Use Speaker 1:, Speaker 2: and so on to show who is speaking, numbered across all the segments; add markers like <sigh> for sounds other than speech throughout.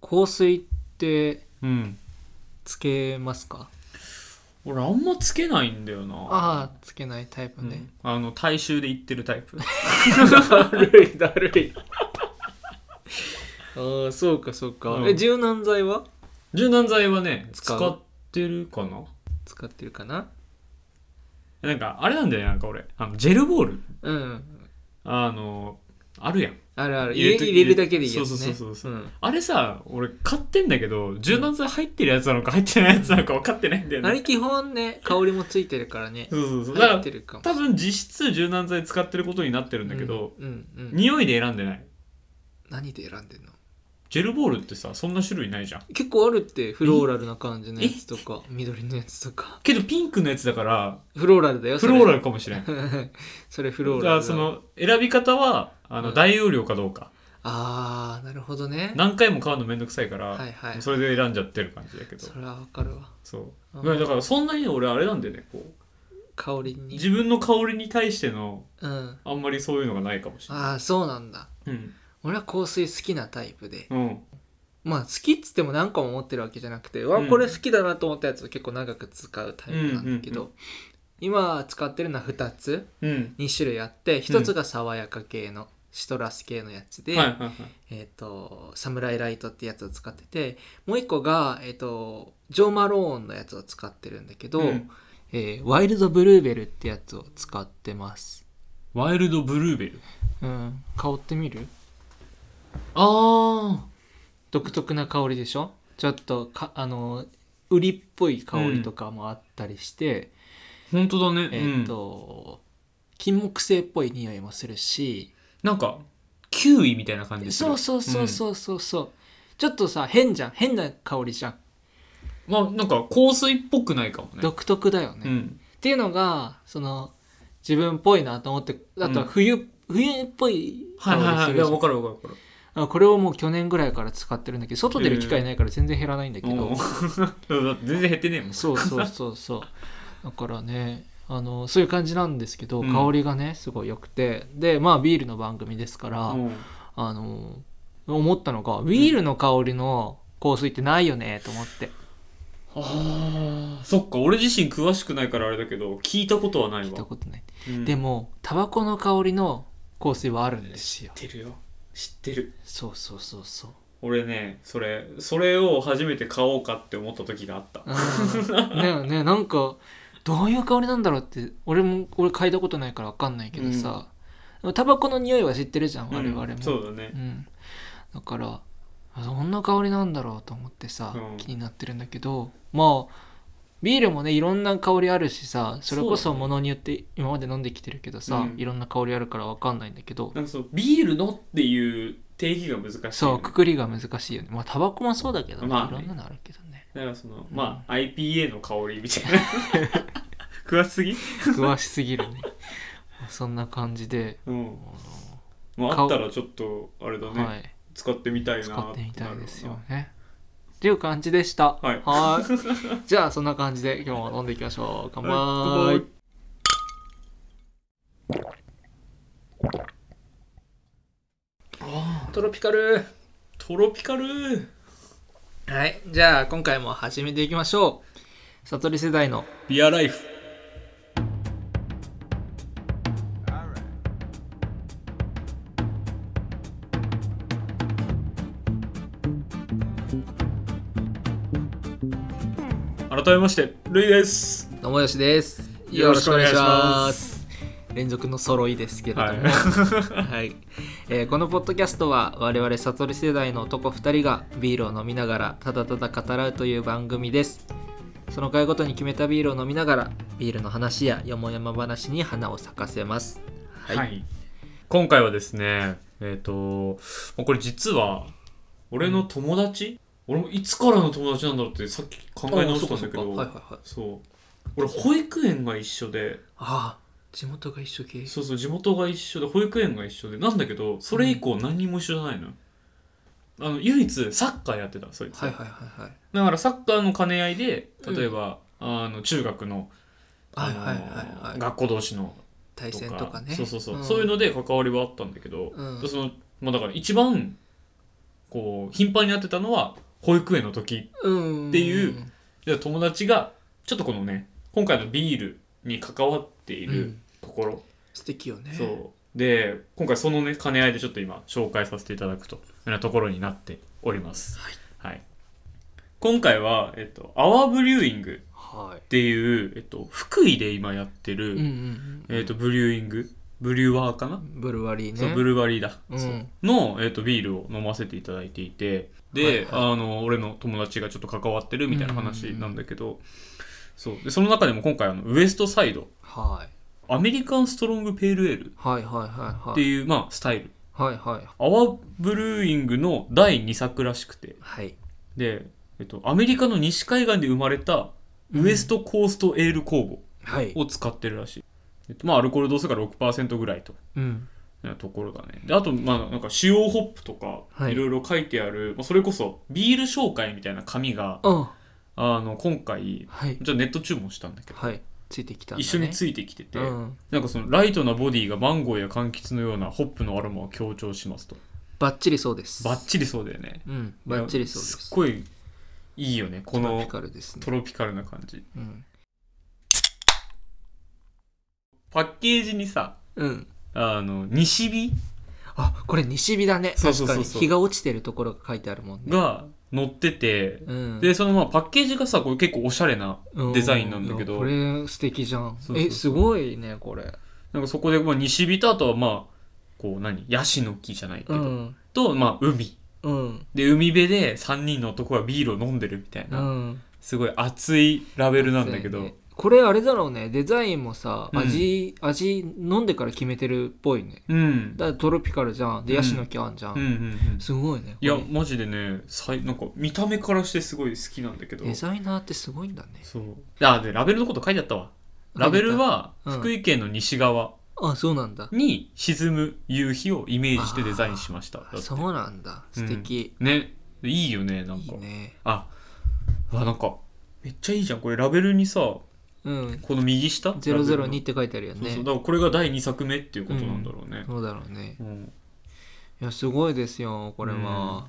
Speaker 1: 香水って
Speaker 2: うん
Speaker 1: つけますか
Speaker 2: 俺あんまつけないんだよな
Speaker 1: ああつけないタイプ
Speaker 2: うん
Speaker 1: ね、
Speaker 2: あの大衆で言ってるタイプ <laughs>
Speaker 1: だるいだる <laughs> いああそうかそうか、
Speaker 2: うん
Speaker 1: え柔軟剤は
Speaker 2: 柔軟剤はね
Speaker 1: 使
Speaker 2: 使
Speaker 1: う
Speaker 2: ってるかな
Speaker 1: 使ってるかな
Speaker 2: なんかあれなんだよなんか俺あのジェルボール
Speaker 1: うん
Speaker 2: あのあるやん
Speaker 1: あるある
Speaker 2: 入
Speaker 1: 入れ
Speaker 2: れと
Speaker 1: 入れるだけでいいやつね、
Speaker 2: そうそうそうそう
Speaker 1: ん、
Speaker 2: あれさ俺買ってんだけど柔軟剤入ってるやつなのか入ってないやつなのか分かってないんだよね
Speaker 1: あれ基本ね香りもついてるからね
Speaker 2: そうそうそうだか
Speaker 1: 入っ
Speaker 2: ら
Speaker 1: てるかも
Speaker 2: 多分実質柔軟剤使ってることになってるんだけど、
Speaker 1: うんうんうん
Speaker 2: 匂いで選んでない
Speaker 1: 何で選んでんの
Speaker 2: ジェルボールってさそんな種類ないじゃん
Speaker 1: 結構あるってフローラルな感じのやつとか緑のやつとか
Speaker 2: けどピンクのやつだから
Speaker 1: フローラルだよ
Speaker 2: フローラ
Speaker 1: ル
Speaker 2: ルかもしれん
Speaker 1: <laughs> それフローラル
Speaker 2: だか
Speaker 1: だ
Speaker 2: らその選び方はあの、
Speaker 1: うん
Speaker 2: 大容量かどうか
Speaker 1: あーなるほどね
Speaker 2: 何回も買うのめんどくさいから、
Speaker 1: はいはい
Speaker 2: それで選んじゃってる感じだけど
Speaker 1: それはわかるわ
Speaker 2: そう、
Speaker 1: うん
Speaker 2: だからそんなに俺あれなんだよねこう
Speaker 1: 香りに
Speaker 2: 自分の香りに対しての
Speaker 1: うん
Speaker 2: あんまりそういうのがないかもしれない
Speaker 1: ああそうなんだ
Speaker 2: うん
Speaker 1: 俺は香水好きなタイプで
Speaker 2: うん
Speaker 1: まあ好きっつっても何個も持ってるわけじゃなくて、わ
Speaker 2: うん
Speaker 1: これ好きだなと思ったやつを結構長く使うタイプなんだけど、
Speaker 2: うん
Speaker 1: 今使ってるのは2つ
Speaker 2: うん
Speaker 1: 2種類あって1つが爽やか系の、シトラス系のやつで、
Speaker 2: はいはいはい
Speaker 1: えっ、と、サムライライトってやつを使ってて、もう一個が、えっ、と、ジョー・マローンのやつを使ってるんだけど、
Speaker 2: うん
Speaker 1: えーワイルド・ブルーベルってやつを使ってます。
Speaker 2: ワイルドブルーベル
Speaker 1: うん、香ってみる
Speaker 2: ああ
Speaker 1: 独特な香りでしょちょっとか、あの、売りっぽい香りとかもあったりして、
Speaker 2: 本当だね
Speaker 1: えっ、と、金木犀っぽい匂いもするし、
Speaker 2: うんなんかキウイみたいな感じする
Speaker 1: そうそうそうそうそうそう、ちょっとさ、変じゃん。変な香りじゃん。
Speaker 2: まあなんか香水っぽくないかもね
Speaker 1: 独特だよね。
Speaker 2: うん
Speaker 1: っていうのがその自分っぽいなと思ってあとは冬、冬っぽい
Speaker 2: はいはいはい
Speaker 1: す
Speaker 2: い
Speaker 1: るじ
Speaker 2: や
Speaker 1: ゃん
Speaker 2: 分かる分かる分か
Speaker 1: あこれをもう去年ぐらいから使ってるんだけど外出る機会ないから全然減らないんだけ
Speaker 2: る
Speaker 1: ど、
Speaker 2: うん <laughs> だって全然減ってねえもん
Speaker 1: そうそうそうそう
Speaker 2: <laughs>
Speaker 1: だからねあのそういう感じなんですけど、
Speaker 2: うん
Speaker 1: 香りがねすごい良くてでまあビールの番組ですから、
Speaker 2: うん
Speaker 1: あの思ったのがビールの香りの香水ってないよねと思って、
Speaker 2: ああそっか俺自身詳しくないからあれだけど聞いたことはない
Speaker 1: 聞いた
Speaker 2: わ
Speaker 1: ことない、
Speaker 2: うん
Speaker 1: でもタバコの香りの香水はあるんですよ
Speaker 2: 知ってるよ知ってる
Speaker 1: そうそうそうそう
Speaker 2: 俺ねそれそれを初めて買おうかって思った時があった
Speaker 1: う
Speaker 2: <laughs>
Speaker 1: んねえねえなんかどういう香りなんだろうって俺も俺嗅いだことないから分かんないけどさ、タバコの匂いは知ってるじゃん我々も、
Speaker 2: うんそうだね
Speaker 1: うんだからあどんな香りなんだろうと思ってさ、
Speaker 2: うん
Speaker 1: 気になってるんだけどまあビールもねいろんな香りあるしさそれこ
Speaker 2: そう
Speaker 1: そ
Speaker 2: だね
Speaker 1: ものによって今まで飲んできてるけどさ、
Speaker 2: うん
Speaker 1: いろんな香りあるから分かんないんだけど
Speaker 2: なんかそうビールのっていう定義が難しいよね、
Speaker 1: そうくくりが難しいよねまあタバコもそうだけどね、
Speaker 2: まあ
Speaker 1: いろんなのあるけどね
Speaker 2: だからそのまあ IPA の香りみたいな <laughs> 詳しすぎ
Speaker 1: 詳しすぎるねまあそんな感じで
Speaker 2: うん
Speaker 1: あの
Speaker 2: まああったらちょっとあれだね、
Speaker 1: はい、
Speaker 2: 使ってみたいな
Speaker 1: 使ってみたいですよね。っていう感じでした。
Speaker 2: はい
Speaker 1: ーいじゃあそんな感じで今日も飲んでいきましょう。乾
Speaker 2: はい
Speaker 1: 杯。
Speaker 2: あ
Speaker 1: トロピカル。
Speaker 2: トロピカル
Speaker 1: はい。じゃあ今回も始めていきましょう。悟り世代の
Speaker 2: ビアライフ改めましてルイです
Speaker 1: 野茂よしです。。
Speaker 2: よろしくお願いします
Speaker 1: 連続の揃いですけれども、
Speaker 2: は
Speaker 1: はいいえーこのポッドキャストは我々悟り世代の男2人がビールを飲みながらただただ語らうという番組ですその回ごとに決めたビールを飲みながらビールの話やよもやま話に花を咲かせますは
Speaker 2: はいい、今回はですねえっ、とまあこれ実は俺の友達、俺もいつからの友達なんだろうってさっき考え直したんだけ
Speaker 1: あそうかそう
Speaker 2: ど
Speaker 1: かはいはいはい
Speaker 2: そう俺保育園が一緒で
Speaker 1: ああ地元が一緒系
Speaker 2: そうそう地元が一緒で保育園が一緒でなんだけどそれ以降何にも一緒じゃないのよ、あの唯一サッカーやってたそいつ、
Speaker 1: はいはいはいはい
Speaker 2: だからサッカーの兼ね合いで例えば、あの中学の、あ
Speaker 1: はい
Speaker 2: の
Speaker 1: はいはいはい
Speaker 2: 学校同士の
Speaker 1: 対戦とかね
Speaker 2: そうそうそう、そういう
Speaker 1: の
Speaker 2: ので関わりはあったんだけど、
Speaker 1: うん
Speaker 2: でそのまあだから一番こう頻繁に会ってたのは保育園の時
Speaker 1: うん
Speaker 2: っていうで友達がちょっとこのね今回のビールに関わっているところ、
Speaker 1: 素敵よね
Speaker 2: そうで今回そのね兼ね合いでちょっと今紹介させていただくというようなところになっております、
Speaker 1: はい
Speaker 2: はい今回は、えっと、アワーブリューイングっ
Speaker 1: は
Speaker 2: ていう、えっと、福井で今やってる、
Speaker 1: い、うんうんうん
Speaker 2: えっと、ブリューイングブリュワーかな、
Speaker 1: ブルワリーね
Speaker 2: そうブルワリーだ、
Speaker 1: うん
Speaker 2: そうの、えっとビールを飲ませていただいていてで、
Speaker 1: はい
Speaker 2: あの俺の友達がちょっと関わってるみたいな話なんだけど、そうでその中でも今回あのウエストサイド
Speaker 1: はい
Speaker 2: アメリカンストロングペールエール
Speaker 1: はいはいはい
Speaker 2: っ
Speaker 1: は
Speaker 2: て
Speaker 1: い
Speaker 2: いう、まあ、スタイル
Speaker 1: はいはい
Speaker 2: アワーブルーイングの第2作らしくて
Speaker 1: はい
Speaker 2: で、えっと、アメリカの西海岸で生まれたウエストコーストエール酵
Speaker 1: はい
Speaker 2: 母を使ってるらしい、えっと、まあアルコール度数が6%ぐらいと
Speaker 1: うん
Speaker 2: なところだねであとまあなんか使用ホップとか
Speaker 1: はい
Speaker 2: いろいろ書いてある、まあ、それこそビール紹介みたいな紙が
Speaker 1: あ
Speaker 2: あの今回
Speaker 1: はい
Speaker 2: じゃネット注文したんだけど
Speaker 1: はいついてきたんだ、ね、
Speaker 2: 一緒に
Speaker 1: い
Speaker 2: ついてきてて、
Speaker 1: うん、
Speaker 2: なんかそのライトなボディがマンゴーや柑橘のようなホップのアロマを強調しますと
Speaker 1: バッチリそうです
Speaker 2: バッチリそうだよね
Speaker 1: うんバッチリそうですす
Speaker 2: っごいいいよねこ
Speaker 1: トロ
Speaker 2: の
Speaker 1: ピカルですね
Speaker 2: トロピカルな感じ
Speaker 1: うん、
Speaker 2: パッケージにさ
Speaker 1: うん、
Speaker 2: あの西日
Speaker 1: あこれ西日だね
Speaker 2: そうそう
Speaker 1: 確
Speaker 2: そ
Speaker 1: か
Speaker 2: うそう
Speaker 1: に日が落ちてるところが書いてあるもんね
Speaker 2: が乗ってて、
Speaker 1: うん、
Speaker 2: でそのまあパッケージがさこれ結構おしゃれな
Speaker 1: うん
Speaker 2: デザインなんだけど
Speaker 1: いやこれ素敵じゃん
Speaker 2: そうそうそう
Speaker 1: えすごいねこれ
Speaker 2: なんかそこで、まあ、西日とあとはまあこう何ヤシの木じゃないけ
Speaker 1: う
Speaker 2: ど、
Speaker 1: ん
Speaker 2: と、まあ、海
Speaker 1: うん
Speaker 2: で海辺で3人の男がビールを飲んでるみたいうな、
Speaker 1: ん
Speaker 2: すごい熱いラベルなんだけど、
Speaker 1: そうやねこれあれだろうねデザインもさ
Speaker 2: うん
Speaker 1: 味、味飲んでから決めてるっぽいね
Speaker 2: うんうん
Speaker 1: だからトロピカルじゃんで
Speaker 2: うん
Speaker 1: ヤシの木あんじゃん、
Speaker 2: うんうん
Speaker 1: すごいね
Speaker 2: いや
Speaker 1: これ
Speaker 2: マジでねさいなんか見た目からしてすごい好きなんだけど
Speaker 1: デザイナーってすごいんだね
Speaker 2: そうあでラベルのこと書いてあったわラベルは
Speaker 1: うん
Speaker 2: 福井県の西側
Speaker 1: あそうなんだ
Speaker 2: に沈む夕日をイメージしてデザインしましただって
Speaker 1: そうなんだ素敵、
Speaker 2: ねいいよねなん
Speaker 1: い
Speaker 2: か
Speaker 1: いね
Speaker 2: ああなんかめっちゃいいじゃんこれラベルにさこ
Speaker 1: うん
Speaker 2: の右下
Speaker 1: 002っ
Speaker 2: ね
Speaker 1: て書いてあるよ
Speaker 2: そう
Speaker 1: ね
Speaker 2: そ
Speaker 1: そうう
Speaker 2: だからこれが第2作目っていうことなんだろう
Speaker 1: だ
Speaker 2: ね、
Speaker 1: ろうね
Speaker 2: うん
Speaker 1: いやすごいですよこれは、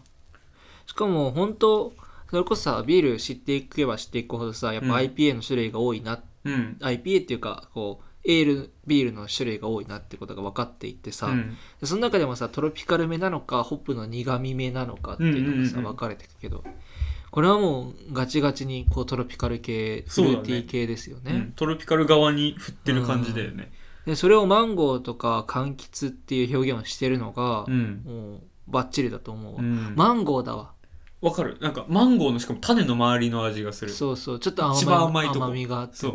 Speaker 1: しかも本当それこそさビール知っていけば知っていくほどさやっぱ
Speaker 2: うん
Speaker 1: IPA の種類が多いな、
Speaker 2: うん
Speaker 1: IPA っていうかこうエールビールの種類が多いなってことが分かっていってさ、
Speaker 2: うん
Speaker 1: でその中でもさトロピカルめなのかホップの苦みめなのかっていうのがさ、
Speaker 2: うんうんうんうん
Speaker 1: 分かれてくけどこれはもうガチガチにこうトロピカル系フ
Speaker 2: そう
Speaker 1: ル
Speaker 2: だね
Speaker 1: ーティー系ですよね
Speaker 2: うんトロピカル側に振ってる感じだよね
Speaker 1: でそれをマンゴーとか柑橘っていう表現をしてるのが
Speaker 2: う、ん、
Speaker 1: もうバッチリだと思うわ、
Speaker 2: うん
Speaker 1: マンゴーだわ
Speaker 2: わかるなんかマンゴーのしかも種の周りの味がする
Speaker 1: そうそうちょっと甘
Speaker 2: 一
Speaker 1: み
Speaker 2: 番甘いとこ
Speaker 1: 甘みがあって
Speaker 2: そう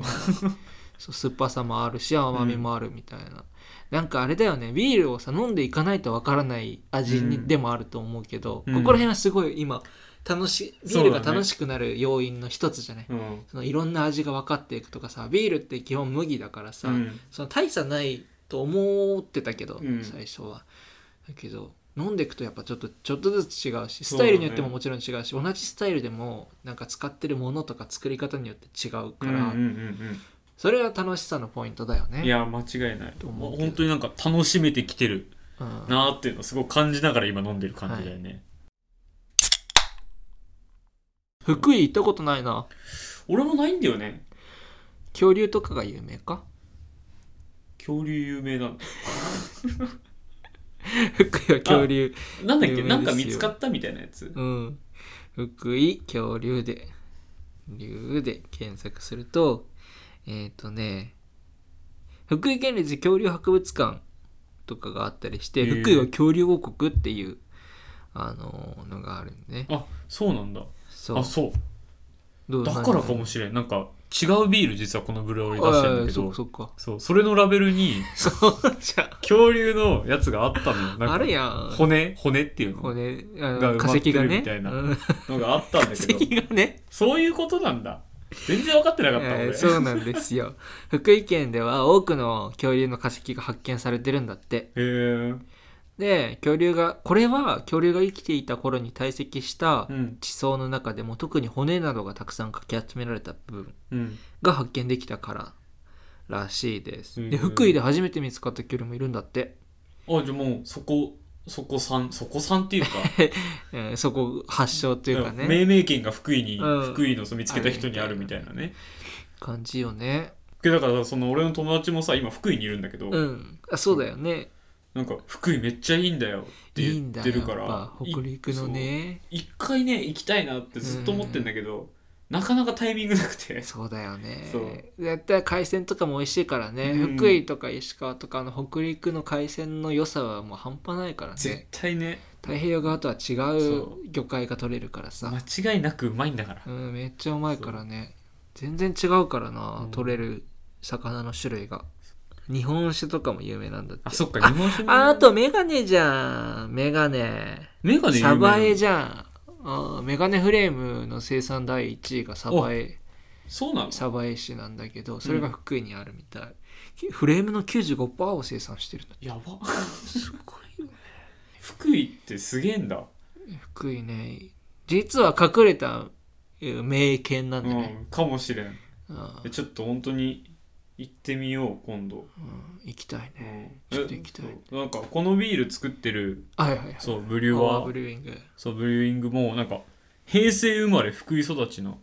Speaker 1: そう酸っぱさもあるし甘みもあるみたいな、なんかあれだよねビールをさ飲んでいかないとわからない味に、
Speaker 2: うん
Speaker 1: でもあると思うけど、
Speaker 2: うん
Speaker 1: ここら辺はすごい今楽しいビールが楽しくなる要因の一つじゃないそ、
Speaker 2: うん
Speaker 1: のいろんな味が分かっていくとかさビールって基本麦だからさ、
Speaker 2: うん
Speaker 1: その大差ないと思ってたけど、
Speaker 2: うん
Speaker 1: 最初はだけど飲んでいくとやっぱちょっとちょっとずつ違うしスタイルによってももちろん違うし同じスタイルでもなんか使ってるものとか作り方によって違うから、
Speaker 2: うんうんうん
Speaker 1: それが楽しさのポイントだよ
Speaker 2: うん
Speaker 1: ね
Speaker 2: いや間違いない
Speaker 1: と思うけど
Speaker 2: 本当になんか楽しめてきてる
Speaker 1: うん
Speaker 2: なーっていうのをすごい感じながら今飲んでる感じだよね、
Speaker 1: 福井行ったことないな
Speaker 2: 俺もないんだよね
Speaker 1: 恐竜とかが有名か
Speaker 2: 恐竜有名なんだ
Speaker 1: 福井は恐竜
Speaker 2: なんだっけ
Speaker 1: 有名ですよ
Speaker 2: なんか見つかったみたいなやつ
Speaker 1: うん福井恐竜で竜で検索するとえっ、とね福井県立恐竜博物館とかがあったりして、
Speaker 2: へー
Speaker 1: 福井は恐竜王国っていうあのーのがあるんでね
Speaker 2: あそうなんだ
Speaker 1: そう
Speaker 2: あそう
Speaker 1: どう
Speaker 2: だからかもしれんなんか違うビール実はこのブルワリー出
Speaker 1: あ
Speaker 2: してるんだけ
Speaker 1: そ
Speaker 2: ど
Speaker 1: うそっか
Speaker 2: そうそれのラベルに
Speaker 1: そうじゃ
Speaker 2: 恐竜のやつがあったのよな
Speaker 1: あ
Speaker 2: んか
Speaker 1: るやん
Speaker 2: 骨骨っていうの
Speaker 1: 骨あの
Speaker 2: が埋ま
Speaker 1: 化
Speaker 2: って
Speaker 1: 石が
Speaker 2: る
Speaker 1: ね
Speaker 2: みたいな
Speaker 1: うん
Speaker 2: のがあったんだ
Speaker 1: 化 <laughs>
Speaker 2: けど
Speaker 1: 石がね
Speaker 2: そういうことなんだ全然分かってなかった
Speaker 1: え
Speaker 2: 俺
Speaker 1: ーそうなんです
Speaker 2: <laughs>
Speaker 1: よ福井県では多くの恐竜の化石が発見されてるんだって
Speaker 2: へえ
Speaker 1: で恐竜がこれは恐竜が生きていた頃に堆積した
Speaker 2: うん
Speaker 1: 地層の中でも特に骨などがたくさんかき集められた部分
Speaker 2: うん
Speaker 1: が発見できたかららしいです
Speaker 2: へ
Speaker 1: で
Speaker 2: ー
Speaker 1: 福井で初めて見つかった恐竜もいるんだって
Speaker 2: あじゃあもうそこそこさんそこさんってい
Speaker 1: <laughs>
Speaker 2: うか
Speaker 1: うん、そこ発祥というかね、
Speaker 2: 命名権が福井に、
Speaker 1: うん
Speaker 2: 福井のその見つけた人にあるみたいなね
Speaker 1: 感じよね
Speaker 2: でだからその俺の友達もさ今福井にいるんだけど、
Speaker 1: うんあそうだよね
Speaker 2: なんか福井めっちゃいいんだよって
Speaker 1: いい
Speaker 2: 言
Speaker 1: ん
Speaker 2: っ
Speaker 1: だ
Speaker 2: て
Speaker 1: よ
Speaker 2: る
Speaker 1: やっ
Speaker 2: から
Speaker 1: ぱ北陸のね
Speaker 2: い一回ね行きたいなってずっと思ってんだけど、なかなかタイミングなくて
Speaker 1: そうだよ <laughs> ね
Speaker 2: そう
Speaker 1: 絶対海鮮とかも美味しいからね、
Speaker 2: うん
Speaker 1: 福井とか石川とかの北陸の海鮮の良さはもう半端ないから
Speaker 2: 絶
Speaker 1: ね
Speaker 2: 対ね
Speaker 1: 太平洋側とは違
Speaker 2: そう
Speaker 1: う魚介が取れるからさ
Speaker 2: 間違いなくうまいんだから
Speaker 1: う、ん、めっちゃうまいからね全然違うからな、
Speaker 2: うん
Speaker 1: 取れる魚の種類が日本酒とかも有名なんだって
Speaker 2: あそっか日本酒も
Speaker 1: ああとメガネじゃんメガネ
Speaker 2: メガネ有名
Speaker 1: サ
Speaker 2: なの
Speaker 1: バエじゃんあーメガネフレームの生産第1位がサバエ
Speaker 2: そうなの
Speaker 1: サバエ市なんだけどそれが福井にあるみたい、きフレームの95%を生産してるんだ
Speaker 2: やば
Speaker 1: すごいよ
Speaker 2: 福井ってすげえんだ、
Speaker 1: 福井ね実は隠れたえー名犬なん
Speaker 2: う
Speaker 1: でね、
Speaker 2: ん、かもしれん
Speaker 1: あ
Speaker 2: え
Speaker 1: ー
Speaker 2: ちょっと本当に行ってみよう今度、
Speaker 1: うん行きたいね
Speaker 2: うん
Speaker 1: ちょっと行きたい
Speaker 2: えそうなんかこのビール作ってる
Speaker 1: はいはいはい
Speaker 2: そうブリュ
Speaker 1: パワ
Speaker 2: ワ
Speaker 1: ー
Speaker 2: ー
Speaker 1: ブリューイング
Speaker 2: そうブリューイングもなんか平成生まれ福井育ちの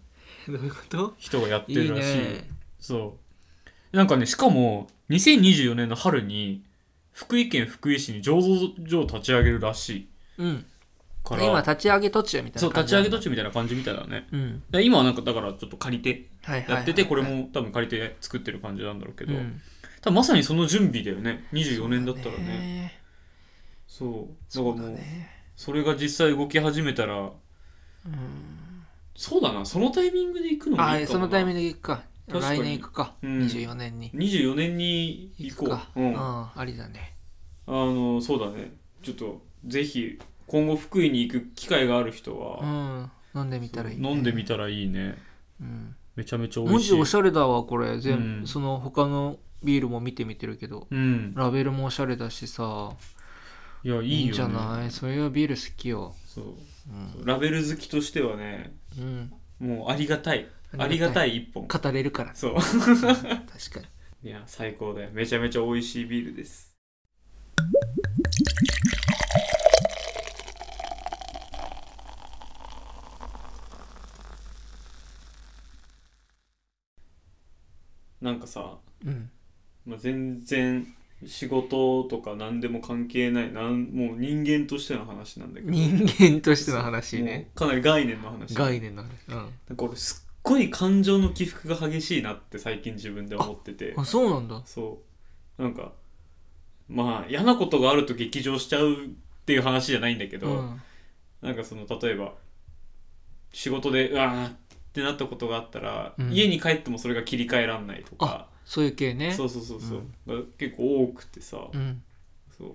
Speaker 1: どういうこと
Speaker 2: 人がやって
Speaker 1: いい
Speaker 2: るらしい
Speaker 1: ね
Speaker 2: そうなんかねしかも2024年の春に福井県福井市に醸造所を立ち上げるらしい
Speaker 1: うん
Speaker 2: から
Speaker 1: 今立ち上げ途中みたい
Speaker 2: そ
Speaker 1: な
Speaker 2: う立ち上げ
Speaker 1: 途
Speaker 2: 途中みたいな感じみたいだね
Speaker 1: 中うん
Speaker 2: で今はなんかだからちょっと借りて
Speaker 1: はいはいはい
Speaker 2: やっててこれも多分借りて作ってる感じなんだろうけど、
Speaker 1: うん
Speaker 2: 多分まさにその準備だよね24年だったらね
Speaker 1: ね
Speaker 2: そうだ
Speaker 1: そう
Speaker 2: か
Speaker 1: だ
Speaker 2: らもう
Speaker 1: ね
Speaker 2: それが実際動き始めたら
Speaker 1: うん
Speaker 2: そうだなそのタイミングで行くのもいいかも
Speaker 1: あ
Speaker 2: な
Speaker 1: そのタイミングで行くか
Speaker 2: 確かに
Speaker 1: 来年行くか
Speaker 2: うん
Speaker 1: 24年に
Speaker 2: 24年に行
Speaker 1: 行
Speaker 2: こ
Speaker 1: く
Speaker 2: う
Speaker 1: か
Speaker 2: うん、あ
Speaker 1: ありだね
Speaker 2: のそうだねちょっとぜひ今後福井に行く機会がある人
Speaker 1: う
Speaker 2: は、
Speaker 1: ん飲んでみたらいいね
Speaker 2: 飲んでみたらいいね
Speaker 1: うん
Speaker 2: めちゃめちゃ美
Speaker 1: 文
Speaker 2: 味し
Speaker 1: 字
Speaker 2: い
Speaker 1: おしゃれだわこれ全
Speaker 2: う
Speaker 1: 部
Speaker 2: ん
Speaker 1: その他のビールも見てみてるけど
Speaker 2: うん
Speaker 1: ラベルもおしゃれだしさ
Speaker 2: いやいいよ、ね、
Speaker 1: いいんじゃないそういうビール好きよ
Speaker 2: そう
Speaker 1: うん
Speaker 2: ラベル好きとしてはね
Speaker 1: うん
Speaker 2: もうありがたいあ
Speaker 1: あ
Speaker 2: り
Speaker 1: り
Speaker 2: が
Speaker 1: が
Speaker 2: た
Speaker 1: た
Speaker 2: い一本
Speaker 1: 語れるから
Speaker 2: そう
Speaker 1: 確かに
Speaker 2: いや最高だよめちゃめちゃ美味しいビールですなんかさ、
Speaker 1: うん
Speaker 2: まあ、全然仕事とか何でも関係ないなんもう人間としての話なんだけど
Speaker 1: 人間としての話ね
Speaker 2: もうかなり概念の話
Speaker 1: 概念の話、うん、
Speaker 2: なんか俺すっごい感情の起伏が激しいなって最近自分で思ってて
Speaker 1: あそうなんだ
Speaker 2: そうなんかまあ嫌なことがあると激情しちゃうっていう話じゃないんだけど、
Speaker 1: うん
Speaker 2: なんかその例えば仕事でうわーってなったことがあったら、
Speaker 1: うん
Speaker 2: 家に帰ってもそれが切り替えらんないとか
Speaker 1: そういう系ね
Speaker 2: そううそうそうそう、が結構多くてさ、
Speaker 1: ん
Speaker 2: そう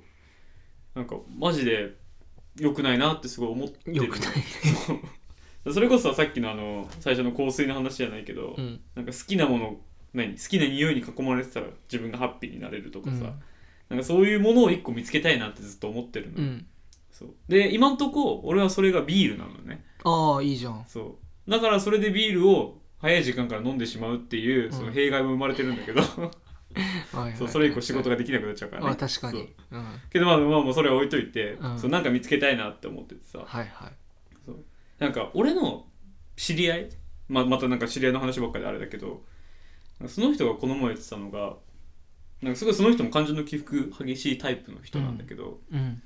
Speaker 2: なんかマジで良くないなってすごい思ってる
Speaker 1: よくないね
Speaker 2: そうそれこそさっきのあの最初の香水の話じゃないけど、
Speaker 1: うん
Speaker 2: なんか好きなもの何好きな匂いに囲まれてたら自分がハッピーになれるとか
Speaker 1: う
Speaker 2: さ、
Speaker 1: ん
Speaker 2: なんかそういうものを一個見つけたいなってずっと思ってるの、
Speaker 1: うん
Speaker 2: そうで今んとこ俺はそれがビールなのね
Speaker 1: ああいいじゃん
Speaker 2: そうだからそれでビールを早い時間から飲んでしまうっていううんその弊害も生まれてるんだ
Speaker 1: <laughs>
Speaker 2: けど、
Speaker 1: はいはい
Speaker 2: そうそれ以降仕事ができなくなっちゃうからね
Speaker 1: あ確か
Speaker 2: そう
Speaker 1: にうん
Speaker 2: けどまあまあもうそれは置いといて、
Speaker 1: うん
Speaker 2: そうなんか見つけたいなって思っててさ
Speaker 1: はいはい
Speaker 2: なんか俺の知り合い、まあ、またなんか知り合いの話ばっかりであれだけどなんかその人がこの前言ってたのがなんかすごいその人も感情の起伏激しいタイプの人なんだけど、
Speaker 1: うん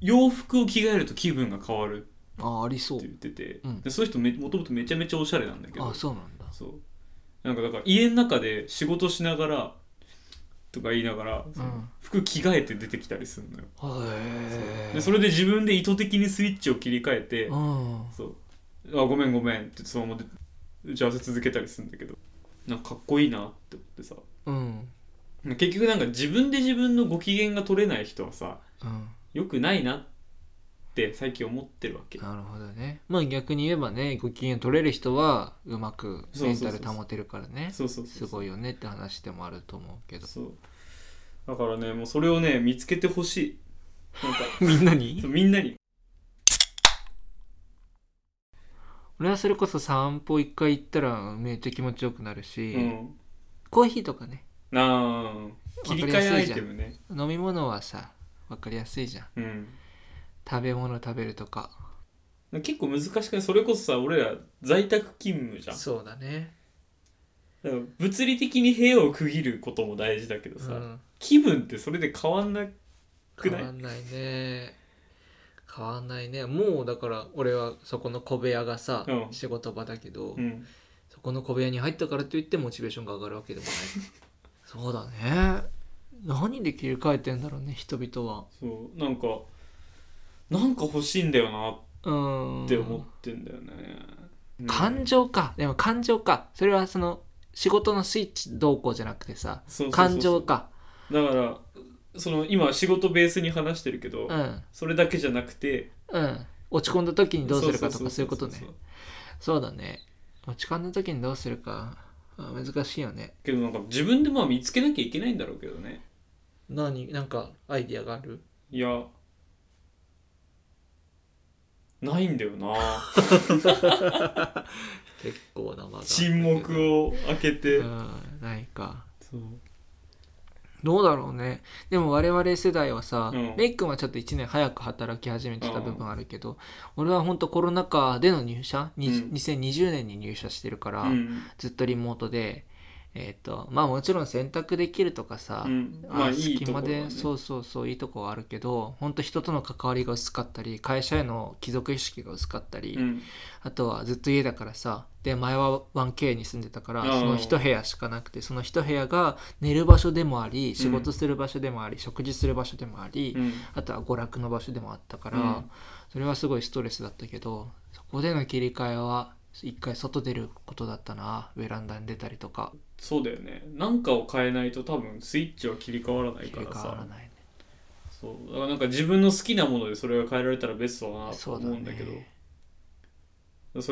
Speaker 2: 洋服を着替えると気分が変わる
Speaker 1: ああありそう
Speaker 2: って言ってて、
Speaker 1: うん
Speaker 2: でその人めもともとめちゃめちゃおしゃれなんだけど
Speaker 1: あそうなんだ
Speaker 2: そうなんかだから家の中で仕事しながらとか言いながら、その
Speaker 1: うん
Speaker 2: 服着替えて出てきたりするのよ、
Speaker 1: へ
Speaker 2: で
Speaker 1: え
Speaker 2: それで自分で意図的にスイッチを切り替えて、
Speaker 1: うん
Speaker 2: そう「あごめんごめん」ってそのまま打ち合わせ続けたりするんだけどなんかかっこいいなって思ってさ
Speaker 1: うん
Speaker 2: 結局なんか自分で自分のご機嫌が取れない人はさ
Speaker 1: うん
Speaker 2: 良くないなって最近思ってるわけ
Speaker 1: なるほどねまあ逆に言えばねご機嫌取れる人はうまく
Speaker 2: そう
Speaker 1: メ
Speaker 2: そう
Speaker 1: ン
Speaker 2: そ
Speaker 1: タ
Speaker 2: う
Speaker 1: ル保てるからね
Speaker 2: そうそうそ
Speaker 1: す
Speaker 2: う
Speaker 1: ごいよねって話でもあると思うけど
Speaker 2: そうだからねもうそれをね見つけてほしいなんか
Speaker 1: <laughs> みんなに
Speaker 2: <laughs> そうみんなに
Speaker 1: 俺はそれこそ散歩一回行ったらめっちゃ気持ちよくなるし、
Speaker 2: うん
Speaker 1: コーヒーとかね
Speaker 2: なあ切り替えアイテムね
Speaker 1: 飲み物はさ分かりやすいじゃん
Speaker 2: うん
Speaker 1: 食べ物食べるとか
Speaker 2: 結構難しくないそれこそさ俺ら在宅勤務じゃん
Speaker 1: そうだね
Speaker 2: だから物理的に部屋を区切ることも大事だけどさ、
Speaker 1: うん
Speaker 2: 気分ってそれで変わんなく
Speaker 1: 変
Speaker 2: ない
Speaker 1: わんないね変わんないねもうだから俺はそこの小部屋がさ、
Speaker 2: うん
Speaker 1: 仕事場だけど、
Speaker 2: うん
Speaker 1: そこの小部屋に入ったからといってモチベーションが上がるわけでもないそうだね何で切り替えてんだろうね人々は
Speaker 2: そうなんかなんか欲しいんだよな
Speaker 1: うーん
Speaker 2: って思ってんだよね、うん
Speaker 1: 感情かでも感情かそれはその仕事のスイッチどうこうじゃなくてさ
Speaker 2: そうそうそうそう
Speaker 1: 感情か
Speaker 2: だからその今仕事ベースに話してるけど、
Speaker 1: うん
Speaker 2: それだけじゃなくて
Speaker 1: うん落ち込んだ時にどうするかとかそういうことね
Speaker 2: そそ
Speaker 1: そうだね落ち込んだ時にどうするかあ難しいよね
Speaker 2: けどなんか自分でまあ見つけなきゃいけないんだろうけどね
Speaker 1: 何なんかアイディアがある
Speaker 2: いやないんだよ
Speaker 1: <laughs>
Speaker 2: な
Speaker 1: 結構なまだ
Speaker 2: 沈黙を開けて、
Speaker 1: うんないか
Speaker 2: そう
Speaker 1: どうだろうねでも我々世代はさ、
Speaker 2: うん
Speaker 1: レイ君はちょっと1年早く働き始めてた部分あるけど、俺は本当コロナ禍での入社、に
Speaker 2: うん
Speaker 1: 2020年に入社してるから、
Speaker 2: うん
Speaker 1: ずっとリモートでえっ、とまあもちろん選択できるとかさ、
Speaker 2: うん、
Speaker 1: あ
Speaker 2: まあいい
Speaker 1: 隙
Speaker 2: とこ
Speaker 1: 間
Speaker 2: ろ、
Speaker 1: で
Speaker 2: ね、
Speaker 1: そうそうそういいとこはあるけど本当人との関わりが薄かったり会社への帰属意識が薄かったり、
Speaker 2: うん
Speaker 1: あとはずっと家だからさで前は 1K に住んでたから
Speaker 2: あー
Speaker 1: その一部屋しかなくてその一部屋が寝る場所でもあり仕事する場所でもあり、食事する場所でもあり、
Speaker 2: うん
Speaker 1: あとは娯楽の場所でもあったから、
Speaker 2: うん
Speaker 1: それはすごいストレスだったけどそこでの切り替えは一回外出ることだったなベランダに出たりとか
Speaker 2: そうだよねなんかを変えないと多分スイッチは切り替わらない
Speaker 1: 切
Speaker 2: か
Speaker 1: り
Speaker 2: ら
Speaker 1: 替わら
Speaker 2: さ
Speaker 1: ないね
Speaker 2: そうだからなんか自分の好きなものでそれが変えられたらベストだなと
Speaker 1: そう
Speaker 2: 思
Speaker 1: だ
Speaker 2: うんだけどそ
Speaker 1: ね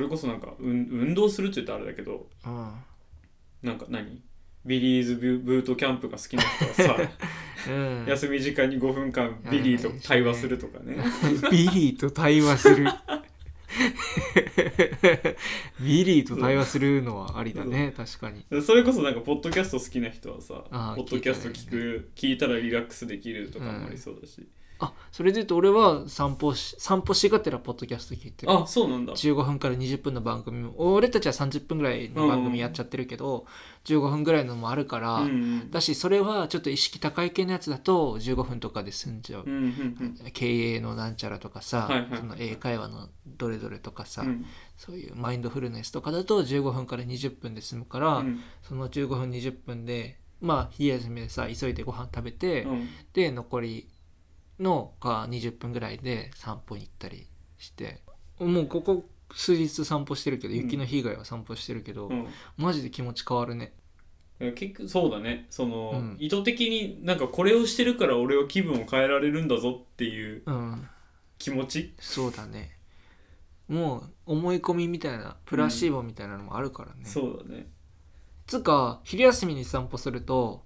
Speaker 2: れこそなんか、うん、運動するって言ったらあれだけど
Speaker 1: うん
Speaker 2: なんか何ビリーズブブートキャンプが好きな人はさ
Speaker 1: うん、
Speaker 2: 休み時間に5分間ビリーと対話するとかね
Speaker 1: ビリーと対話
Speaker 2: <laughs>
Speaker 1: するビリーと対話するのはありだね確かに
Speaker 2: それこそなんかポッドキャスト好きな人はさ
Speaker 1: あー
Speaker 2: ポッドキャスト聞く聞いたらリラックスできるとかもありそうだし、
Speaker 1: あそれで言うと俺は散歩し散歩しがてらポッドキャスト聞いてる
Speaker 2: あそうなんだ
Speaker 1: 15分から20分の番組も俺たちは30分ぐらいの番組やっちゃってるけど、15分ぐらいのもあるから、
Speaker 2: うんうん
Speaker 1: だしそれはちょっと意識高い系のやつだと15分とかで済んじゃう、
Speaker 2: うんうん
Speaker 1: 経営のなんちゃらとかさ、
Speaker 2: はいはい
Speaker 1: その英会話のどれどれとかさ、
Speaker 2: うんうん
Speaker 1: そういうマインドフルネスとかだと15分から20分で済むから、
Speaker 2: うん
Speaker 1: その15分20分でまあ昼休みでさ急いでご飯食べて、
Speaker 2: うん
Speaker 1: で残りのが20分ぐらいで散歩に行ったりしてもうここ数日散歩してるけど
Speaker 2: うん
Speaker 1: 雪の日以外は散歩してるけど、
Speaker 2: うん
Speaker 1: マジで気持ち変わるね
Speaker 2: 結局そうだねその、
Speaker 1: うん
Speaker 2: 意図的になんかこれをしてるから俺は気分を変えられるんだぞっていう
Speaker 1: うん
Speaker 2: 気持ち
Speaker 1: そうだねもう思い込みみたいなプラシーボみたいなのもあるからね、
Speaker 2: そうだね
Speaker 1: つうか昼休みに散歩すると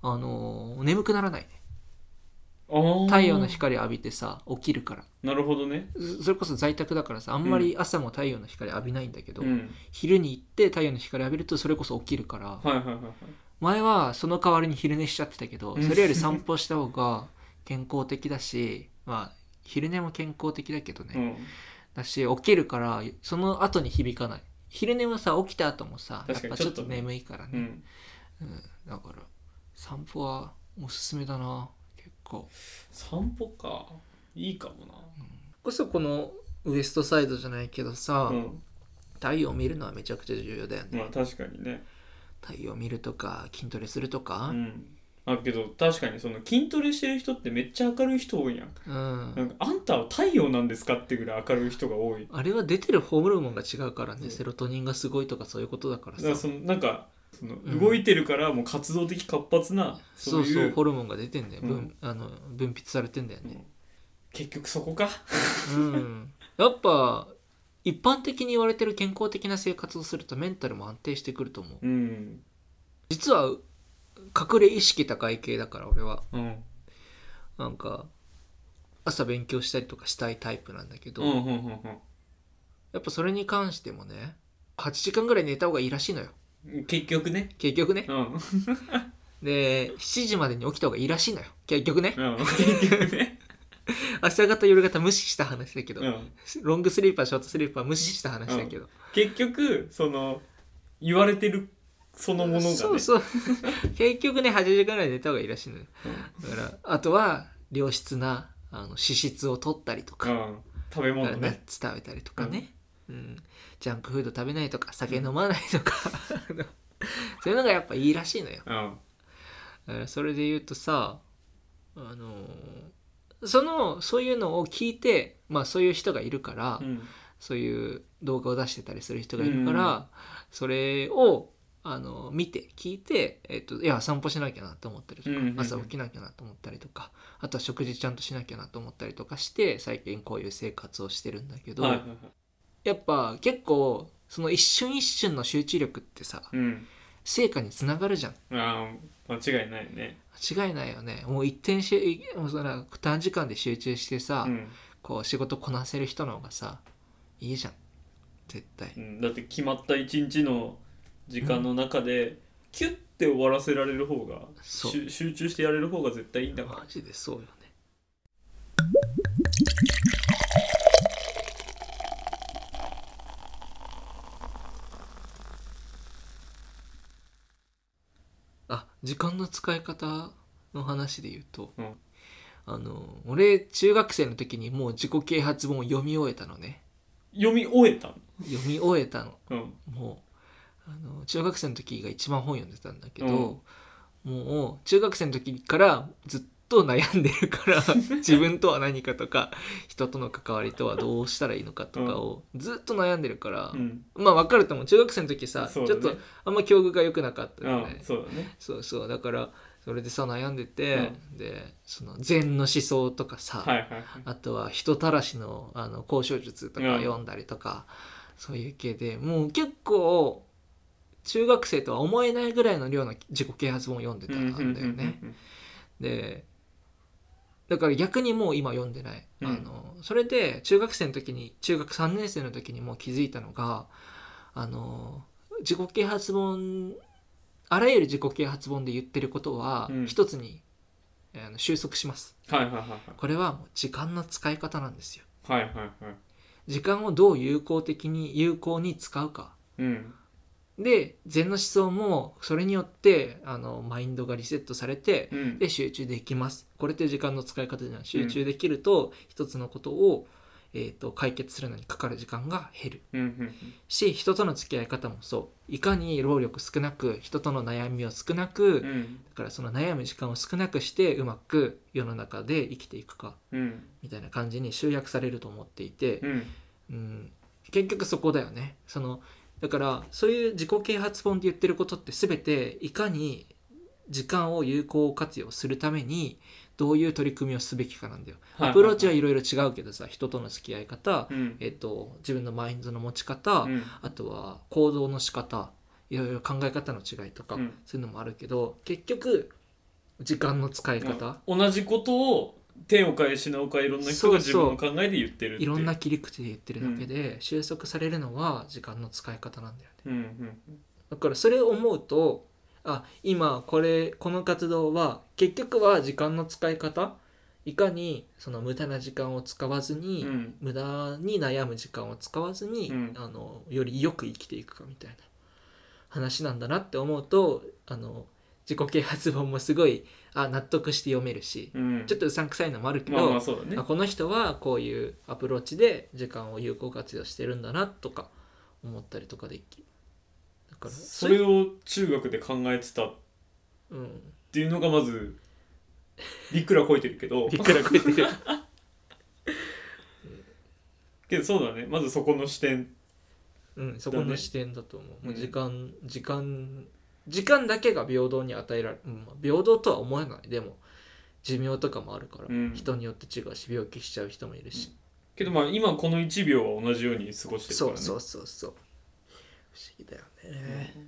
Speaker 1: あのー眠くならないね
Speaker 2: あー
Speaker 1: 太陽の光浴びてさ起きるから
Speaker 2: なるほどね
Speaker 1: そそれこそ在宅だからさあんまり朝も太陽の光浴びないんだけど、
Speaker 2: うん
Speaker 1: 昼に行って太陽の光浴びるとそれこそ起きるから
Speaker 2: はいはいはいはい
Speaker 1: 前はその代わりに昼寝しちゃってたけど
Speaker 2: うん
Speaker 1: それより散歩した方が <laughs> 健康的だしまあ昼寝も健康的だけどね、
Speaker 2: うん、
Speaker 1: だし起きるからその後に響かない昼寝はさ起きた後もさやっ
Speaker 2: 確かに
Speaker 1: ぱちょっ
Speaker 2: ちょ
Speaker 1: と
Speaker 2: っとね
Speaker 1: 眠いから
Speaker 2: う
Speaker 1: ね、
Speaker 2: ん、
Speaker 1: だから散歩はおすすめだな結構
Speaker 2: 散歩かいいかも
Speaker 1: こそこのウエストサイドじゃないけどさ
Speaker 2: な、うん
Speaker 1: 太陽を見るのはめちゃくちゃ重要だよね、
Speaker 2: まあ確かにね
Speaker 1: 太陽を見るとか筋トレすると
Speaker 2: う
Speaker 1: か
Speaker 2: んあけど確かにその筋トレしてる人ってめっちゃ明るい人多いやん
Speaker 1: うん、
Speaker 2: なんかあんたは太陽なんですかってぐらい明るい人が多い
Speaker 1: あれは出てるホルモンが違うからね、
Speaker 2: うん
Speaker 1: セロトニンがすごいとかそういうことだから
Speaker 2: だ
Speaker 1: さ
Speaker 2: からそのなんかその
Speaker 1: ん
Speaker 2: 動いてるからもう活動的活発な
Speaker 1: そ
Speaker 2: そうう
Speaker 1: そ
Speaker 2: いうう
Speaker 1: ホルモンが出てんだよ、
Speaker 2: うん
Speaker 1: 分あの分泌されてんだよね、
Speaker 2: 結局そこか
Speaker 1: うん、やっぱ一般的に言われてる健康的な生活をするとメンタルも安定してくると思う
Speaker 2: うん
Speaker 1: 実は隠れ意識高い系だから俺は
Speaker 2: うん
Speaker 1: なんか朝勉強したりとかしたいタイプなんだけど、
Speaker 2: うんう
Speaker 1: や
Speaker 2: んうん
Speaker 1: っぱそれに関してもね8時間ぐらい寝た方がいいらしいのよ
Speaker 2: うん結局ね
Speaker 1: 結局ね
Speaker 2: うん
Speaker 1: で7時までに起きた方がいいらしいのよ結局ね
Speaker 2: うん結局ね
Speaker 1: 明日方夜方無視した話だけど、
Speaker 2: うん
Speaker 1: ロングスリーパーショートスリーパー無視した話だけど、
Speaker 2: 結局その言われてるそのものがね
Speaker 1: そうそう <laughs> 結局ね8時間ぐらい寝た方がいいらしいのよだからあとは良質なあの脂質を取ったりと
Speaker 2: う
Speaker 1: か,、
Speaker 2: んうん食べ
Speaker 1: ナ
Speaker 2: 物
Speaker 1: ッ
Speaker 2: ね
Speaker 1: ツ食べたりとかね、うんジャンクフード食べないとか酒飲まないとか、 <laughs> あのそういうのがやっぱいいらしいのよ
Speaker 2: うん
Speaker 1: だからそれで言うとさあのーそのそういうのを聞いてまあそういう人がいるから、
Speaker 2: うん
Speaker 1: そういう動画を出してたりする人がいるから、
Speaker 2: うん
Speaker 1: それをあの見て聞いて、えっといや散歩しなきゃなと思ったりとか、
Speaker 2: うんうんうん
Speaker 1: 朝起きなきゃなと思ったりとかあとは食事ちゃんとしなきゃなと思ったりとかして最近こういう生活をしてるんだけど、
Speaker 2: はいはいはい
Speaker 1: やっぱ結構その一瞬一瞬の集中力ってさ
Speaker 2: うん
Speaker 1: 成果につながるじゃん。
Speaker 2: ああ間違いないね
Speaker 1: 間違いないよねもう一点しもうそら短時間で集中してさ、
Speaker 2: うん
Speaker 1: こう仕事こなせる人の方がさいいじゃん絶対
Speaker 2: うんだって決まった一日の時間の中でキュッて終わらせられる方が
Speaker 1: そう
Speaker 2: 集集中してやれる方が絶対いいんだから
Speaker 1: マジでそうよねあ時間の使い方の話で言うと、
Speaker 2: うん
Speaker 1: あの俺中学生の時にもう自己啓発本を読み終えたのね
Speaker 2: 読み終えた
Speaker 1: 読み終えたの
Speaker 2: うん
Speaker 1: もうあの中学生の時が一番本読んでたんだけど、もう中学生の時からずっと悩んでる
Speaker 2: <laughs>
Speaker 1: から自分とは何かとか人との関わりとはどうしたらいいのかとかをずっと悩んでるから、
Speaker 2: うん
Speaker 1: まあ分かると思う中学生の時さ、ち
Speaker 2: そうだ
Speaker 1: ょっ
Speaker 2: ね
Speaker 1: とあんま境遇が良くなかったよね、
Speaker 2: うんそうだね
Speaker 1: そうそうだからそれでさ悩んでて、でその禅の思想とかさ、
Speaker 2: はいはいはい
Speaker 1: あとは人たらしのあの交渉術とか
Speaker 2: うん
Speaker 1: 読んだりとか、そういう系でもう結構中学生とは思えないぐらいの量の自己啓発本を読んでたんだよね。でだから逆にもう今読んでない、
Speaker 2: うん
Speaker 1: あのそれで中学生の時に中学3年生の時にもう気づいたのがあの自己啓発本あらゆる自己啓発本で言ってることは
Speaker 2: うん
Speaker 1: 一つに、あの収束します。
Speaker 2: はいはいはい
Speaker 1: これはもう時間の使い方なんですよ
Speaker 2: はいはいはいはい
Speaker 1: 時間をどう有効的に有効に使うか
Speaker 2: うん
Speaker 1: で禅の思想もそれによってあのマインドがリセットされて
Speaker 2: うん
Speaker 1: で集中できますこれって時間の使い方じゃない集中できると一つのことを、えー、と解決するのにかかる時間が減る
Speaker 2: うんうん
Speaker 1: し人との付き合い方もそういかに労力少なく人との悩みを少な
Speaker 2: う
Speaker 1: く
Speaker 2: ん
Speaker 1: だからその悩む時間を少なくしてうまく世の中で生きていくか
Speaker 2: うん
Speaker 1: みたいな感じに集約されると思っていて、
Speaker 2: うん
Speaker 1: うん、結局そこだよねそのだからそういう自己啓発本で言ってることって全ていかに時間を有効活用するためにどういう取り組みをすべきかなんだよ。アプローチはいろいろ違うけどさ人との付き合い方、
Speaker 2: うん
Speaker 1: えっと、自分のマインドの持ち方、
Speaker 2: うん
Speaker 1: あとは行動の仕方いろいろ考え方の違いとか、
Speaker 2: うん
Speaker 1: そういうのもあるけど結局時間の使い方、
Speaker 2: 同じことを手を変え品を変えいろんな人が自分の考えで言ってるって
Speaker 1: い
Speaker 2: いう
Speaker 1: ろんな切り口で言ってるだけで、収束されるのは時間の使い方なんだよね。
Speaker 2: うんうん
Speaker 1: だからそれを思うとあ今これこの活動は結局は時間の使い方いかにその無駄な時間を使わずに、
Speaker 2: うん
Speaker 1: 無駄に悩む時間を使わずに、
Speaker 2: うん
Speaker 1: あのよりよく生きていくかみたいな話なんだなって思うとあの自己啓発本もすごいあ納得して読めるし、
Speaker 2: うん
Speaker 1: ちょっとうさんくさいのもあるけど、
Speaker 2: まあまあそうだね
Speaker 1: あこの人はこういうアプローチで時間を有効活用してるんだなとか思ったりとかできるだから
Speaker 2: それを中学で考えてたっ
Speaker 1: うん
Speaker 2: ていうのがまずびっくらこいてるけど
Speaker 1: びっくらこ <laughs> いてる
Speaker 2: <laughs> けどそうだねまずそこの視点
Speaker 1: うんそこの視点だと思う,、もう時間時間時間だけが平等に与えられる、うんまあ平等とは思えないでも寿命とかもあるから、
Speaker 2: うん
Speaker 1: 人によって違うし病気しちゃう人もいるし、
Speaker 2: けどまあ今この1秒は同じように過ごしてるか
Speaker 1: そ
Speaker 2: ら
Speaker 1: う
Speaker 2: ね
Speaker 1: そうそうそう不思議だよね、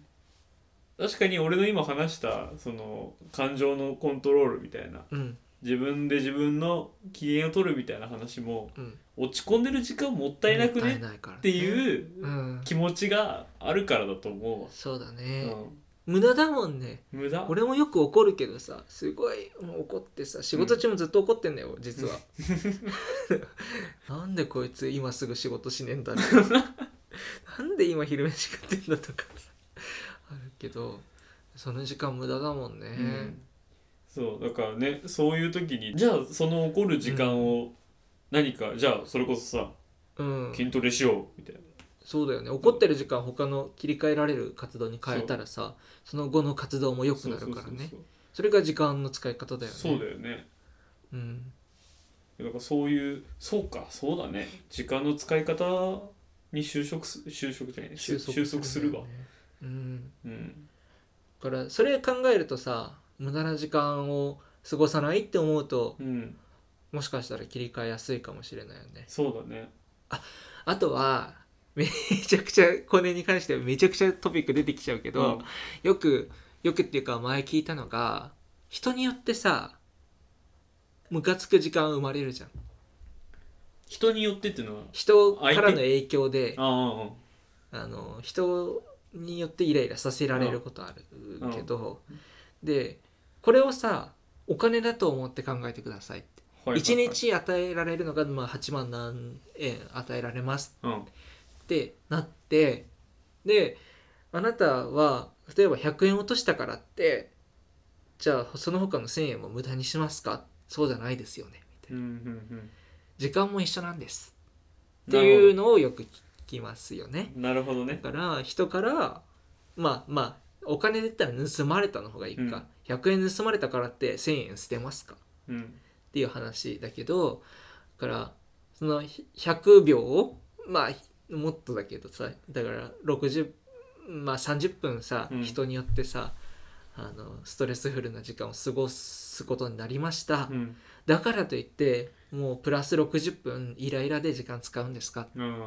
Speaker 2: 確かに俺の今話したその感情のコントロールみたいな
Speaker 1: うん
Speaker 2: 自分で自分の機嫌を取るみたいな話も
Speaker 1: うん、もっ
Speaker 2: 落ち込んでる時間もったいなく
Speaker 1: た
Speaker 2: ね
Speaker 1: い
Speaker 2: っ
Speaker 1: ないからね
Speaker 2: ていう
Speaker 1: うん
Speaker 2: 気持ちがあるからだと思うわ
Speaker 1: そうだね、
Speaker 2: うん
Speaker 1: 無駄だもんね
Speaker 2: 無駄
Speaker 1: 俺もよく怒るけどさすごいもう怒ってさ仕事中もずっと怒ってんだよ、実
Speaker 2: <laughs>
Speaker 1: はなんでこいつ今すぐ仕事しねえんだろうなんで今昼飯食ってんだとかさあるけどその時間無駄だもんね、
Speaker 2: うんそうだからねそういう時にじゃあその怒る時間を何か、じゃあそれこそさ
Speaker 1: うん
Speaker 2: 筋トレしようみたいな
Speaker 1: そうだよね怒ってる時間他の切り替えられる活動に変えたらさその後の活動も良くなるからねそ
Speaker 2: そう
Speaker 1: れが時間の使い方だよね
Speaker 2: そうそうそうだよね
Speaker 1: うん、
Speaker 2: だからそういうそうかそうだね時間の使い方に就職す就職じゃない収束収束するわ
Speaker 1: わ、うん、
Speaker 2: うん
Speaker 1: だからそれ考えるとさ無駄な時間を過ごさないって思うと
Speaker 2: うん
Speaker 1: もしかしたら切り替えやすいかもしれないよね
Speaker 2: そうだね
Speaker 1: あとはめちゃくちゃこれに関してはめちゃくちゃトピック出てきちゃうけど、よくよくっていうか前聞いたのが人によってさムカつく時間生まれるじゃん
Speaker 2: 人によってっていうのは
Speaker 1: 人からの影響で
Speaker 2: ああああ
Speaker 1: あの人によってイライラさせられることあるけど、でこれをさお金だと思って考えてくださいって、
Speaker 2: はいはいはい
Speaker 1: 1日与えられるのが、まあ、8万何円与えられます
Speaker 2: うん
Speaker 1: ってなってであなたは例えば100円落としたからってじゃあその他の1,000円も無駄にしますかそうじゃないですよねみたい
Speaker 2: うんう
Speaker 1: なん時間も一緒なんです
Speaker 2: うん
Speaker 1: っていうのをよく聞きますよね。
Speaker 2: なるほどね
Speaker 1: だから人からまあまあお金で言ったら盗まれたの方がいいか、100円盗まれたからって1,000円捨てますかっ
Speaker 2: うん
Speaker 1: ていう話だけどだからそのひ100秒をまあもっとだけどさだから60まあ30分さ、
Speaker 2: うん
Speaker 1: 人によってさあのストレスフルな時間を過ごすことになりました、
Speaker 2: うん
Speaker 1: だからといってもうプラス60分イライラで時間使うんですか
Speaker 2: うん
Speaker 1: っ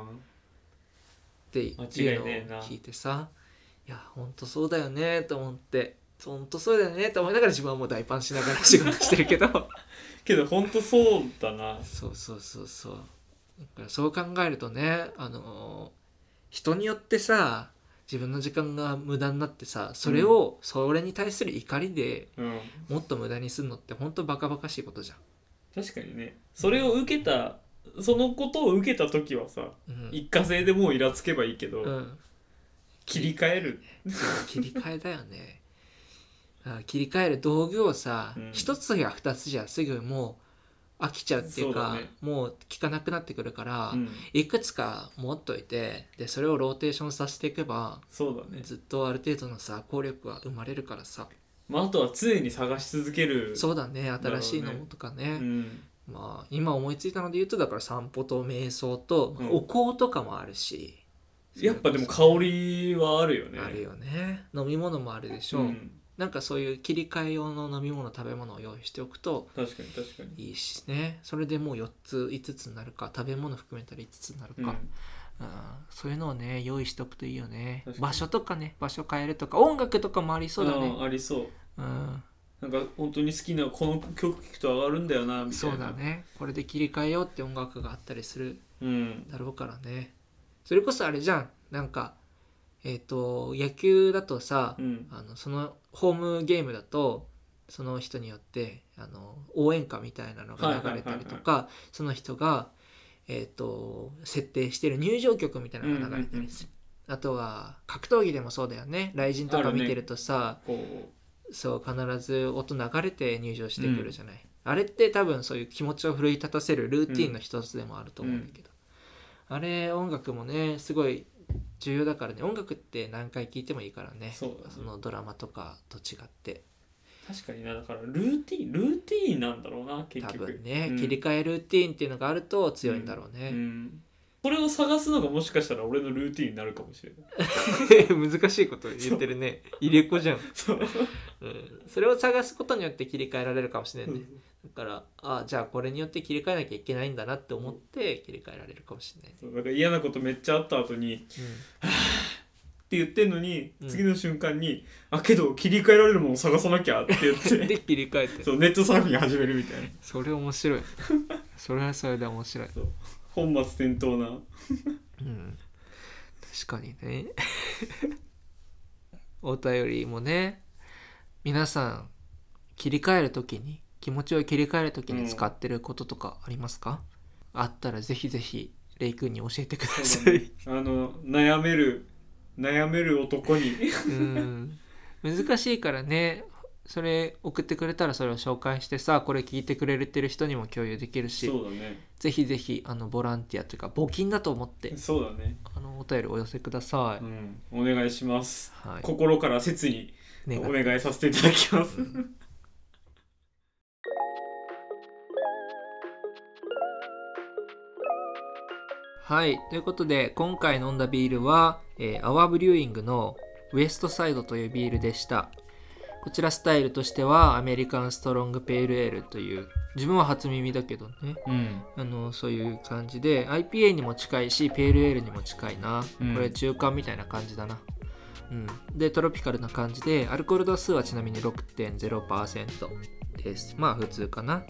Speaker 1: ていうのを
Speaker 2: 間違いねえな
Speaker 1: 聞いてさいやほんとそうだよねと思ってほんとそうだよねと思いながら自分はもう大パンしながら仕事してるけど
Speaker 2: けど本当そうだな
Speaker 1: そうそうそうそうだからそう考えるとねあのー人によってさ自分の時間が無駄になってさそれをそれに対する怒りで
Speaker 2: うん
Speaker 1: もっと無駄にするのってほんとバカバカしいことじゃん。
Speaker 2: 確かにねそれを受けたそのことを受けた時はさ
Speaker 1: うん
Speaker 2: 一過性でもうイラつけばいいけど、
Speaker 1: うん、
Speaker 2: 切り替える
Speaker 1: 切り替えだよねあ切り替える道具をさ
Speaker 2: うん
Speaker 1: 一、つや二つじゃすぐもう飽きちゃうっていうか
Speaker 2: そうだね
Speaker 1: もう効かなくなってくるから、
Speaker 2: うん
Speaker 1: いくつか持っといてでそれをローテーションさせていけば
Speaker 2: そうだね、
Speaker 1: ずっとある程度のさ効力は生まれるからさ
Speaker 2: まあ、あとは常に探し続ける
Speaker 1: そうだね新しい
Speaker 2: な
Speaker 1: の
Speaker 2: る
Speaker 1: も
Speaker 2: ほどね
Speaker 1: とかね
Speaker 2: うん、
Speaker 1: まあ今思いついたので言うとだから散歩と瞑想と、
Speaker 2: うん
Speaker 1: お香とかもあるし
Speaker 2: やっぱでも香りはあるよね
Speaker 1: あるよね飲み物もあるでしょ、
Speaker 2: うん、
Speaker 1: なんかそういう切り替え用の飲み物食べ物を用意しておくと
Speaker 2: 確かに確かに
Speaker 1: いいしねそれでもう4つ5つになるか食べ物含めたら5つになる
Speaker 2: うん
Speaker 1: か、うんそういうのをね用意しておくといいよね
Speaker 2: 確かに
Speaker 1: 場所とかね場所変えるとか音楽とかもありそうだね
Speaker 2: ああありそう
Speaker 1: うん
Speaker 2: なんか本当に好きなこの曲聴くと上がるんだよなみたい
Speaker 1: そ
Speaker 2: な
Speaker 1: うだねこれで切り替えようって音楽があったりする
Speaker 2: うん
Speaker 1: だろうからねそれこそあれじゃんなんかえっ、と野球だとさ、
Speaker 2: うん
Speaker 1: あのそのホームゲームだとその人によってあの応援歌みたいなのが流れたりとかその人が、えー、と設定してる入場曲みたいなのが流れたりする、あとは格闘技でもそうだよね雷神とか見てるとさ
Speaker 2: こう
Speaker 1: そう必ず音流れて入場してくるじゃない、あれって多分そういう気持ちを奮い立たせるルーティンの一つでもあると思うんだけど、あれ音楽もねすごい重要だからね音楽って何回聴いてもいいからね
Speaker 2: そうだね
Speaker 1: のドラマとかと違って
Speaker 2: 確かになだからルーティンルーティンなんだろうな結
Speaker 1: 多
Speaker 2: 局
Speaker 1: 分ね、
Speaker 2: うん
Speaker 1: 切り替えルーティーンっていうのがあると強いんだろう
Speaker 2: う
Speaker 1: ね、
Speaker 2: んこれを探すのがもしかしたら俺のルーティンになるかもしれな
Speaker 1: <laughs>
Speaker 2: い
Speaker 1: 難しいこと言ってるね入れ子じゃん、
Speaker 2: そう
Speaker 1: うん、それを探すことによって切り替えられるかもしれないね、だからああじゃあこれによって切り替えなきゃいけないんだなって思って切り替えられるかもしれないね、
Speaker 2: そうだから嫌なことめっちゃあった後に
Speaker 1: うん
Speaker 2: って言ってんのに
Speaker 1: うん
Speaker 2: 次の瞬間に、あけど切り替えられるものを探さなきゃって言って
Speaker 1: <laughs> で切り替えてそ
Speaker 2: そうネットサーフィン始めるみたいな
Speaker 1: れ面白いそれはそれで面白い、
Speaker 2: 本末転
Speaker 1: <laughs>
Speaker 2: 倒な
Speaker 1: うん、確かにね <laughs> お便りもね皆さん切り替える時に気持ちを切り替える時に使ってることとかありますか、あったらぜひぜひレイ君に教えてください
Speaker 2: あの悩める悩める男に
Speaker 1: うん難しいからねそれ送ってくれたらそれを紹介してさこれ聞いてくれてる人にも共有できるし
Speaker 2: そうだね
Speaker 1: ぜひぜひあのボランティアというか募金だと思って
Speaker 2: そうだね、
Speaker 1: あのお便りお寄せください、
Speaker 2: うん、お願いします
Speaker 1: はい
Speaker 2: 心から切に
Speaker 1: 願
Speaker 2: お
Speaker 1: い
Speaker 2: 願いさせていただきます
Speaker 1: はいということで今回飲んだビールは、えーアワーブリューイングのウエストサイドというビールでしたこちらスタイルとしてはアメリカンストロングペールエールという自分は初耳だけどね
Speaker 2: うん
Speaker 1: あのそういう感じで IPA にも近いしペールエールにも近いな、
Speaker 2: うん
Speaker 1: これ中間みたいな感じだな、うん、でトロピカルな感じでアルコール度数はちなみに6.0%ですまあ普通かな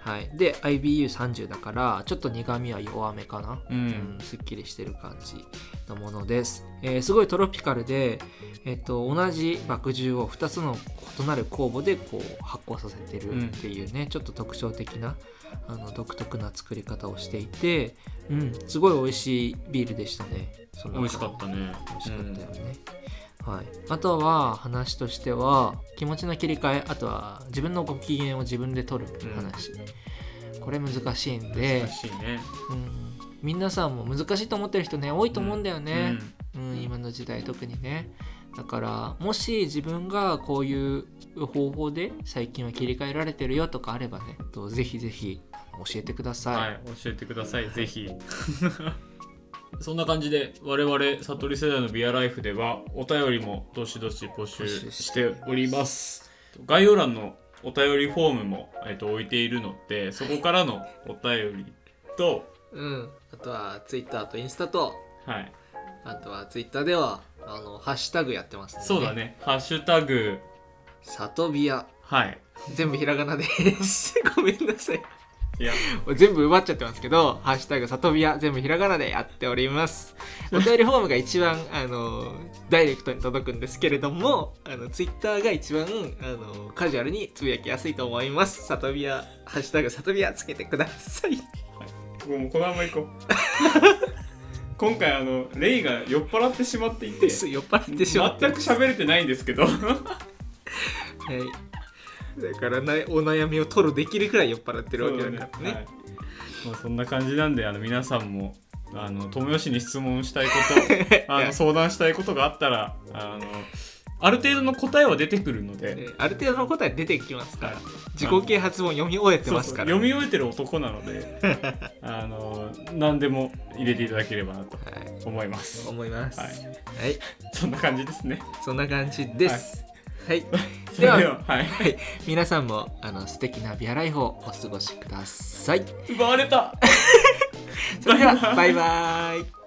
Speaker 1: はいで IBU30 だからちょっと苦味は弱めかなう
Speaker 2: う
Speaker 1: ん、すっきりしてる感じのものです、えーすごいトロピカルで、えっと同じ麦汁を2つの異なる酵母でこう発酵させてるっていうね、ちょっと特徴的なあの独特な作り方をしていて、うん、すごい美味しいビールでしたねそんな
Speaker 2: 美味しかったね
Speaker 1: 美味しかったよね、はい、あとは話としては気持ちの切り替えあとは自分のご機嫌を自分で取る話、これ難しいんで
Speaker 2: 難しいね
Speaker 1: うん、皆さんも難しいと思ってる人ね多いと思うんだよね、うん今の時代特にねだからもし自分がこういう方法で最近は切り替えられてるよとかあればねとぜひぜひ教えてくだ
Speaker 2: うん
Speaker 1: さい、
Speaker 2: はい、教えてくださいぜひ <laughs> そんな感じで我々悟り世代のビアライフではお便りもどしどし募集しております概要欄のお便りフォームも、えっと、置いているのでそこからのお便りと、
Speaker 1: うん、あとは Twitter とインスタと
Speaker 2: はい、
Speaker 1: あとは Twitter ではあのハッシュタグやってます
Speaker 2: そうだね「ハッシュタグ
Speaker 1: 「サトビア
Speaker 2: はい」」
Speaker 1: 全部ひらがなです <laughs> ごめんなさい
Speaker 2: いや
Speaker 1: 全部奪っちゃってますけど「ハッシュタグさとびや」全部ひらがなでやっておりますお便りフォームが一番あのダイレクトに届くんですけれどもあのツイッターが一番あのカジュアルにつぶやきやすいと思いますさとびや「ハッシュタグさとびや」つけてください
Speaker 2: ここもうこのまま行
Speaker 1: <laughs>
Speaker 2: こう今回あのレイが酔っ払ってしまっていて
Speaker 1: です酔っ払ってしまって
Speaker 2: 全く喋れてないんですけど
Speaker 1: はいだからなお悩みを取るできるくらい酔っ払ってるわけだからね
Speaker 2: はいまあ、そんな感じなんであの皆さんもあの友吉に質問したいこ
Speaker 1: <laughs>
Speaker 2: とあ
Speaker 1: いや
Speaker 2: の相談したいことがあったらあのある程度の答えは出てくるので、
Speaker 1: ねある程度の答え出てきますから
Speaker 2: はい
Speaker 1: 自己啓発本読み終えて
Speaker 2: そう
Speaker 1: ます
Speaker 2: そう
Speaker 1: から
Speaker 2: 読み終えてる男なので
Speaker 1: <laughs>
Speaker 2: あの何でも入れていただければなと
Speaker 1: はい
Speaker 2: 思います。
Speaker 1: 思います、
Speaker 2: はい
Speaker 1: はい
Speaker 2: そんな感じですね。
Speaker 1: そんな感じです。はい、
Speaker 2: そ
Speaker 1: で
Speaker 2: れ
Speaker 1: は
Speaker 2: では、はい、
Speaker 1: 皆さんもあの素敵なビアライフをお過ごしください。
Speaker 2: 奪われた
Speaker 1: それではバイバイ。